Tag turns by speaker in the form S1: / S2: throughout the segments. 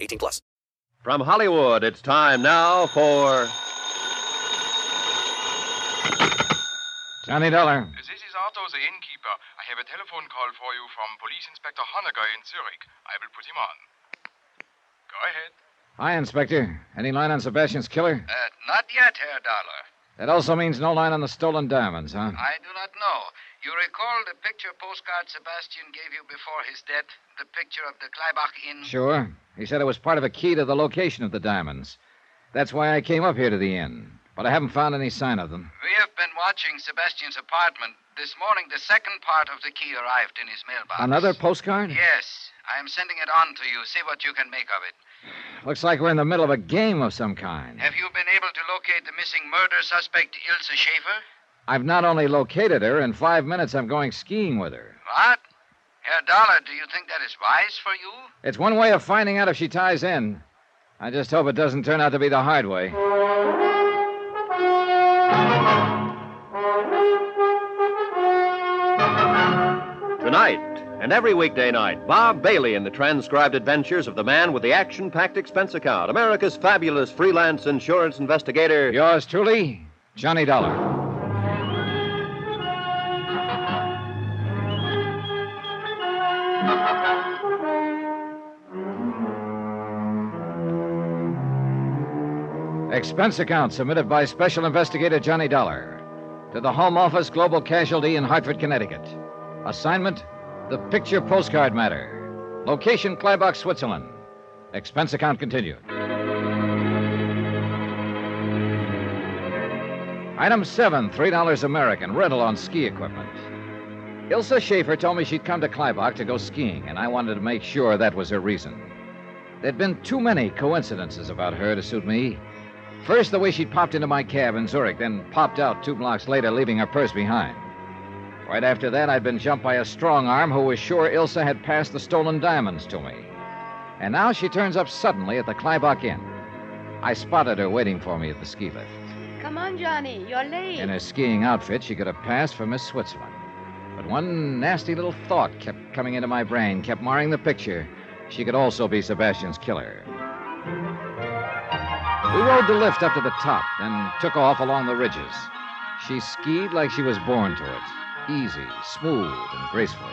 S1: 18 plus.
S2: From Hollywood, it's time now for.
S3: Johnny Dollar.
S4: This is Otto, the innkeeper. I have a telephone call for you from Police Inspector Honegger in Zurich. I will put him on. Go ahead.
S3: Hi, Inspector. Any line on Sebastian's killer?
S5: Uh, not yet, Herr Dollar.
S3: That also means no line on the stolen diamonds, huh?
S5: I do not know. You recall the picture postcard Sebastian gave you before his death? The picture of the Kleibach Inn?
S3: Sure. He said it was part of a key to the location of the diamonds. That's why I came up here to the inn. But I haven't found any sign of them.
S5: We have been watching Sebastian's apartment. This morning, the second part of the key arrived in his mailbox.
S3: Another postcard?
S5: Yes. I am sending it on to you. See what you can make of it.
S3: Looks like we're in the middle of a game of some kind.
S5: Have you been able to locate the missing murder suspect, Ilse Schaefer?
S3: I've not only located her, in five minutes I'm going skiing with her.
S5: What? Herr Dollar, do you think that is wise for you?
S3: It's one way of finding out if she ties in. I just hope it doesn't turn out to be the hard way.
S2: Tonight, and every weekday night, Bob Bailey in the transcribed adventures of the man with the action packed expense account, America's fabulous freelance insurance investigator.
S3: Yours truly, Johnny Dollar. Expense account submitted by Special Investigator Johnny Dollar to the Home Office Global Casualty in Hartford, Connecticut. Assignment The Picture Postcard Matter. Location Kleibach, Switzerland. Expense account continued. Item 7, $3 American, rental on ski equipment. Ilsa Schaefer told me she'd come to Kleibach to go skiing, and I wanted to make sure that was her reason. There'd been too many coincidences about her to suit me. First, the way she popped into my cab in Zurich, then popped out two blocks later, leaving her purse behind. Right after that, I'd been jumped by a strong arm who was sure Ilsa had passed the stolen diamonds to me. And now she turns up suddenly at the Kleibach Inn. I spotted her waiting for me at the ski lift.
S6: Come on, Johnny. You're late.
S3: In her skiing outfit, she could have passed for Miss Switzerland. But one nasty little thought kept coming into my brain, kept marring the picture. She could also be Sebastian's killer. We rode the lift up to the top, then took off along the ridges. She skied like she was born to it easy, smooth, and gracefully.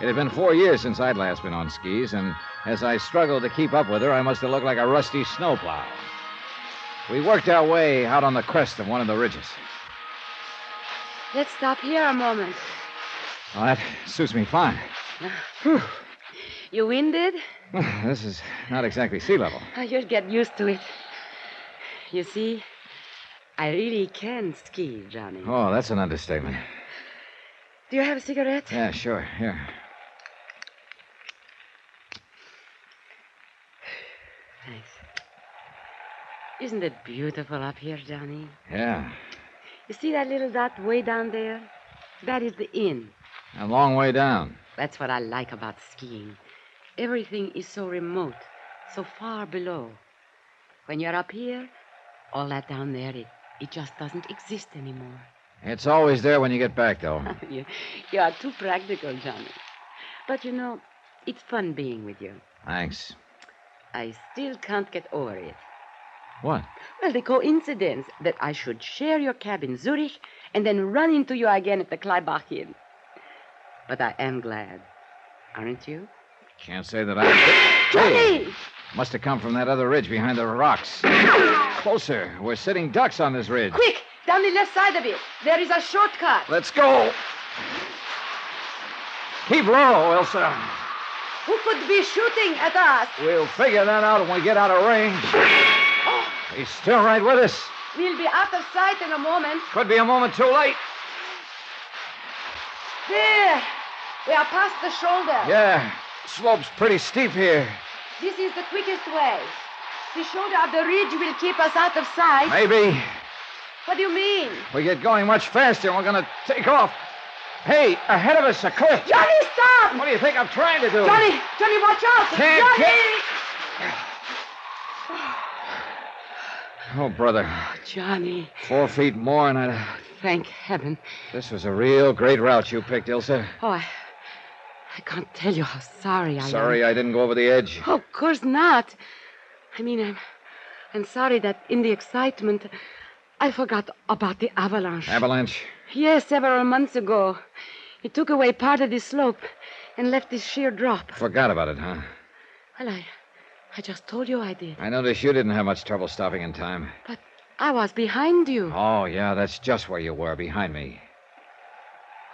S3: It had been four years since I'd last been on skis, and as I struggled to keep up with her, I must have looked like a rusty snowplow. We worked our way out on the crest of one of the ridges.
S6: Let's stop here a moment.
S3: Well, that suits me fine.
S6: Whew. You winded?
S3: This is not exactly sea level.
S6: Oh, you'll get used to it. You see, I really can ski, Johnny.
S3: Oh, that's an understatement.
S6: Do you have a cigarette?
S3: Yeah, sure. Here.
S6: Thanks. Isn't it beautiful up here, Johnny?
S3: Yeah.
S6: You see that little dot way down there? That is the inn.
S3: A long way down.
S6: That's what I like about skiing. Everything is so remote, so far below. When you're up here, all that down there, it, it just doesn't exist anymore.
S3: It's always there when you get back, though.
S6: you, you are too practical, Johnny. But you know, it's fun being with you.
S3: Thanks.
S6: I still can't get over it.
S3: What?
S6: Well, the coincidence that I should share your cab in Zurich and then run into you again at the Kleibach Inn. But I am glad. Aren't you?
S3: Can't say that I.
S6: Johnny!
S3: Must have come from that other ridge behind the rocks. Closer. We're sitting ducks on this ridge.
S7: Quick, down the left side of it. There is a shortcut.
S3: Let's go. Keep low, Elsa.
S7: Who could be shooting at us?
S3: We'll figure that out when we get out of range. He's still right with us.
S7: We'll be out of sight in a moment.
S3: Could be a moment too late.
S7: There. We are past the shoulder.
S3: Yeah, Uh, slope's pretty steep here.
S7: This is the quickest way. The shoulder of the ridge will keep us out of sight.
S3: Maybe.
S7: What do you mean?
S3: We get going much faster and we're going to take off. Hey, ahead of us, a cliff.
S7: Johnny, stop!
S3: What do you think I'm trying to do?
S7: Johnny, Johnny, watch out!
S3: Can't
S7: Johnny!
S3: Oh, brother.
S6: Johnny,
S3: Four feet more and I...
S6: thank heaven.
S3: This was a real great route you picked, Ilsa.
S6: Oh, I, I can't tell you how sorry I
S3: Sorry I didn't go over the edge.
S6: am. Oh, of course not. I mean, I'm, I'm sorry that in the excitement, I forgot about the avalanche.
S3: Avalanche.
S6: Yes, several months ago. It took away part of the slope and left this sheer drop.
S3: Forgot about it, huh?
S6: Well, I, I just told you I did.
S3: I noticed you didn't have much trouble stopping in time.
S6: But I was behind you.
S3: Oh, yeah, that's just where you were, behind me.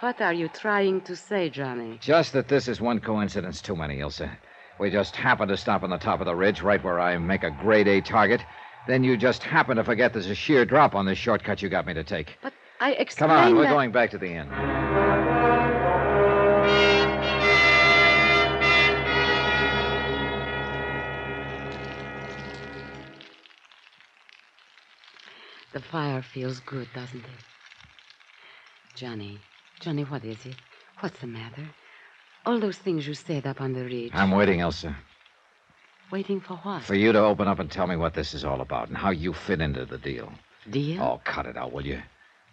S6: What are you trying to say, Johnny?
S3: Just that this is one coincidence too many, Ilsa. We just happened to stop on the top of the ridge, right where I make a grade A target. Then you just happen to forget there's a sheer drop on this shortcut you got me to take.
S6: But I
S3: Come
S6: explained
S3: on, we're
S6: that-
S3: going back to the inn.
S6: The fire feels good, doesn't it? Johnny, Johnny, what is it? What's the matter? All those things you said up on the ridge.
S3: I'm waiting, Elsa,
S6: Waiting for what?
S3: for you to open up and tell me what this is all about and how you fit into the deal.
S6: Deal?
S3: Oh, cut it out, will you?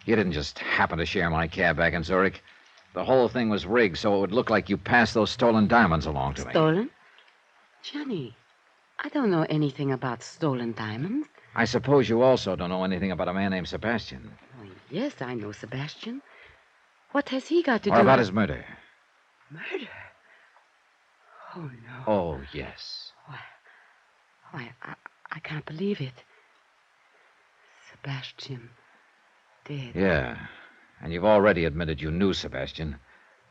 S3: You didn't just happen to share my cab back in Zurich. The whole thing was rigged so it would look like you passed those stolen diamonds along to me.
S6: Stolen? Johnny, I don't know anything about stolen diamonds.
S3: I suppose you also don't know anything about a man named Sebastian.
S6: Oh, yes, I know Sebastian. What has he got to
S3: Or
S6: do
S3: about
S6: with
S3: his murder.
S6: murder? Oh, no.
S3: Oh, yes.
S6: Why, I, I can't believe it. Sebastian dead.
S3: Yeah. And you've already admitted you knew Sebastian.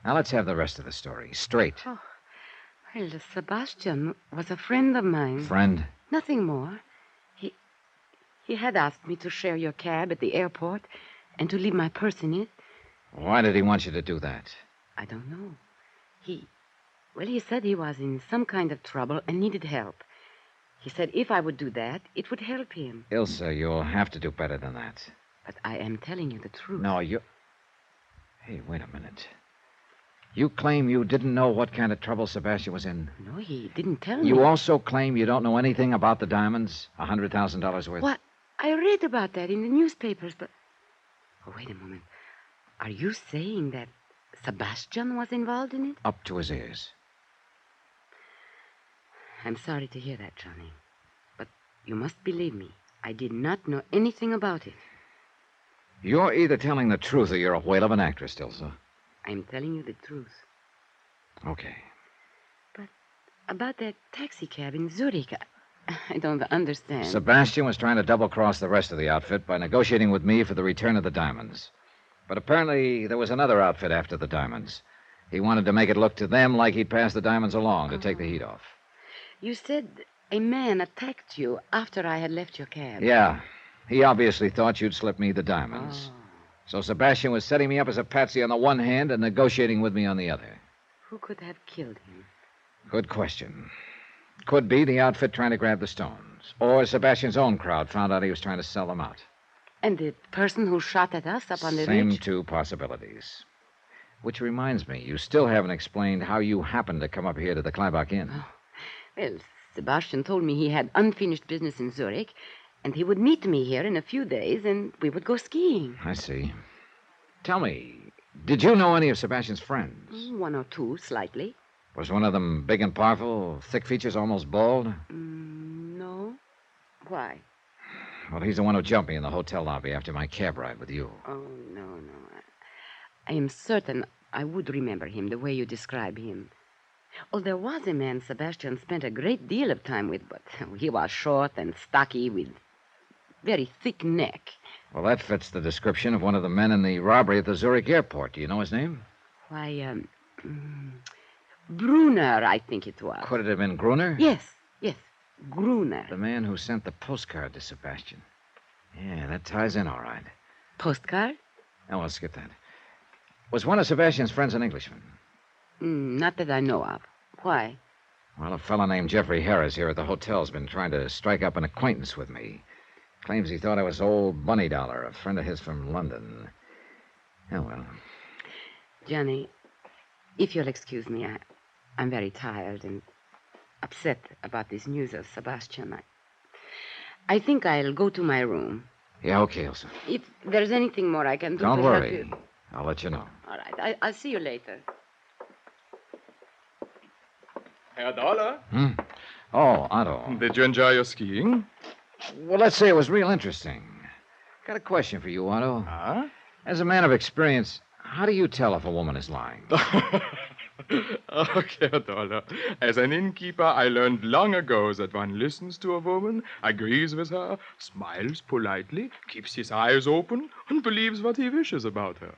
S3: Now let's have the rest of the story straight.
S6: Well, Sebastian was a friend of mine.
S3: Friend,
S6: Nothing more. He he had asked me to share your cab at the airport and to leave my purse in it.
S3: why did he want you to do that?
S6: I don't know. He well, he said he was in some kind of trouble and needed help. He said if I would do that, it would help him.
S3: Ilsa, you'll have to do better than that.
S6: But I am telling you the truth.
S3: No, you. Hey, wait a minute. You claim you didn't know what kind of trouble Sebastian was in.
S6: No, he didn't tell me.
S3: You also claim you don't know anything about the diamonds, a $100,000 worth.
S6: What? I read about that in the newspapers, but. Oh, wait a moment. Are you saying that Sebastian was involved in it?
S3: Up to his ears.
S6: I'm sorry to hear that, Johnny. But you must believe me. I did not know anything about it.
S3: You're either telling the truth or you're a whale of an actress, Ilsa.
S6: I'm telling you the truth.
S3: Okay.
S6: About that taxi cab in Zurich, I, I don't understand.
S3: Sebastian was trying to double cross the rest of the outfit by negotiating with me for the return of the diamonds. But apparently, there was another outfit after the diamonds. He wanted to make it look to them like he'd passed the diamonds along to take the heat off.
S6: you said a man attacked you after I had left your cab.
S3: Yeah. He obviously thought you'd slip me the diamonds.
S6: Oh,
S3: So Sebastian was setting me up as a patsy on the one hand and negotiating with me on the other.
S6: who could have killed him?
S3: Good question. Could be the outfit trying to grab the stones, or Sebastian's own crowd found out he was trying to sell them out.
S6: And the person who shot at us up on the
S3: Same
S6: ridge?
S3: two possibilities. Which reminds me, you still haven't explained how you happened to come up here to the Kleibach Inn.
S6: Well, Sebastian told me he had unfinished business in Zurich, and he would meet me here in a few days, and we would go skiing.
S3: I see. Tell me, did you know any of Sebastian's friends?
S6: One or two, slightly.
S3: Was one of them big and powerful, thick features, almost bald?
S6: Mm, no. Why?
S3: Well, he's the one who jumped me in the hotel lobby after my cab ride with you.
S6: Oh, no, no. I, I am certain I would remember him the way you describe him. Oh, there was a man Sebastian spent a great deal of time with, but he was short and stocky with very thick neck.
S3: Well, that fits the description of one of the men in the robbery at the Zurich airport. Do you know his name?
S6: Why, um, Bruner, I think it was.
S3: Could it have been Gruner?
S6: Yes, yes, Gruner.
S3: The man who sent the postcard to Sebastian. Yeah, that ties in all right.
S6: Postcard?
S3: No, we'll skip that. Was one of Sebastian's friends an Englishman?
S6: Mm, not that I know of. Why?
S3: Well, a fellow named Jeffrey Harris here at the hotel's been trying to strike up an acquaintance with me. Claims he thought I was old Bunny Dollar, a friend of his from London. Oh, well.
S6: Johnny, if you'll excuse me, I, I'm very tired and upset about this news of Sebastian. I, I think I'll go to my room.
S3: Yeah, okay, Elsa.
S6: If there's anything more I can do
S3: Don't
S6: to
S3: worry.
S6: help you.
S3: I'll let you know.
S6: All right, I, I'll see you later.
S4: Herr Dollar?
S3: Hmm. Oh, Otto.
S4: Did you enjoy your skiing?
S3: Well, let's say it was real interesting. Got a question for you, Otto.
S4: Huh?
S3: As a man of experience, how do you tell if a woman is lying?
S4: Okay, Herr Dollar. As an innkeeper, I learned long ago that one listens to a woman, agrees with her, smiles politely, keeps his eyes open, and believes what he wishes about her.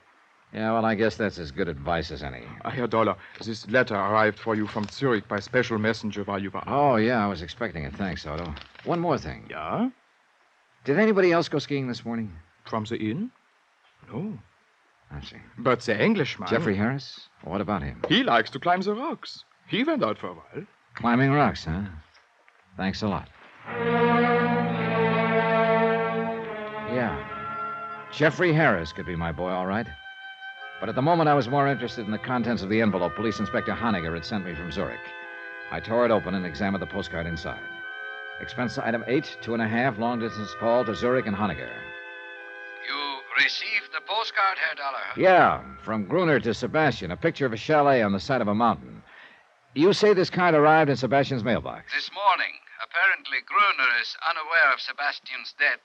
S3: yeah, well, I guess that's as good advice as any.
S4: Ah, Herr Dollar, this letter arrived for you from Zurich by special messenger while you were out.
S3: Oh, yeah, I was expecting it. Thanks, Otto. One more thing.
S4: Yeah?
S3: Did anybody else go skiing this morning?
S4: From the inn? No.
S3: I see.
S4: But the Englishman.
S3: Jeffrey Harris? What about him?
S4: He likes to climb the rocks. He went out for a while.
S3: Climbing rocks, huh? Thanks a lot. Yeah. Jeffrey Harris could be my boy, all right. But at the moment, I was more interested in the contents of the envelope Police Inspector Honiger had sent me from Zurich. I tore it open and examined the postcard inside. Expense item eight, two and a half, long distance call to Zurich and Honiger.
S5: You received the postcard, Herr Dollar.
S3: Yeah, from Gruner to Sebastian, a picture of a chalet on the side of a mountain. You say this card arrived in Sebastian's mailbox.
S5: This morning, apparently, Gruner is unaware of Sebastian's death.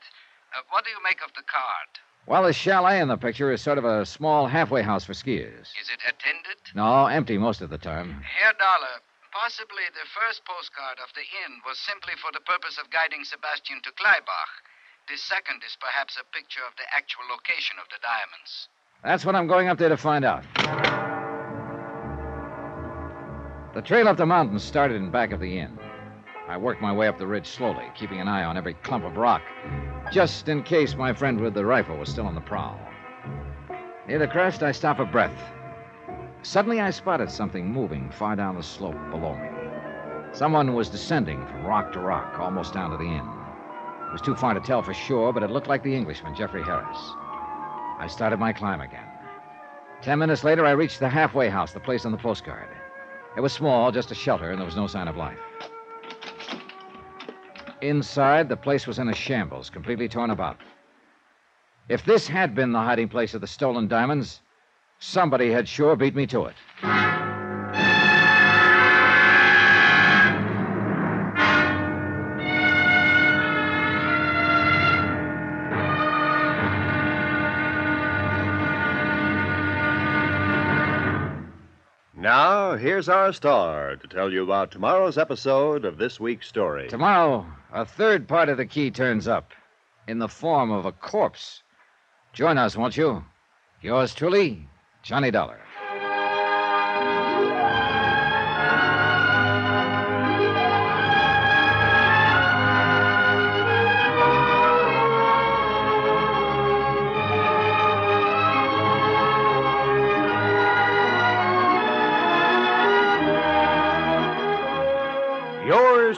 S5: Uh, what do you make of the card?
S3: Well, the chalet in the picture is sort of a small halfway house for skiers.
S5: Is it attended?
S3: No, empty most of the time.
S5: Herr Dollar, possibly the first postcard of the inn was simply for the purpose of guiding Sebastian to Kleibach. This second is perhaps a picture of the actual location of the diamonds.
S3: That's what I'm going up there to find out. The trail up the mountain started in back of the inn. I worked my way up the ridge slowly, keeping an eye on every clump of rock, just in case my friend with the rifle was still on the prowl. Near the crest, I stopped for breath. Suddenly, I spotted something moving far down the slope below me. Someone was descending from rock to rock, almost down to the inn. It was too far to tell for sure, but it looked like the Englishman, Jeffrey Harris. I started my climb again. Ten minutes later, I reached the halfway house, the place on the postcard. It was small, just a shelter, and there was no sign of life. Inside, the place was in a shambles, completely torn about. If this had been the hiding place of the stolen diamonds, somebody had sure beat me to it.
S2: Now, here's our star to tell you about tomorrow's episode of this week's story.
S3: Tomorrow, a third part of the key turns up in the form of a corpse. Join us, won't you? Yours truly, Johnny Dollar.
S2: Yours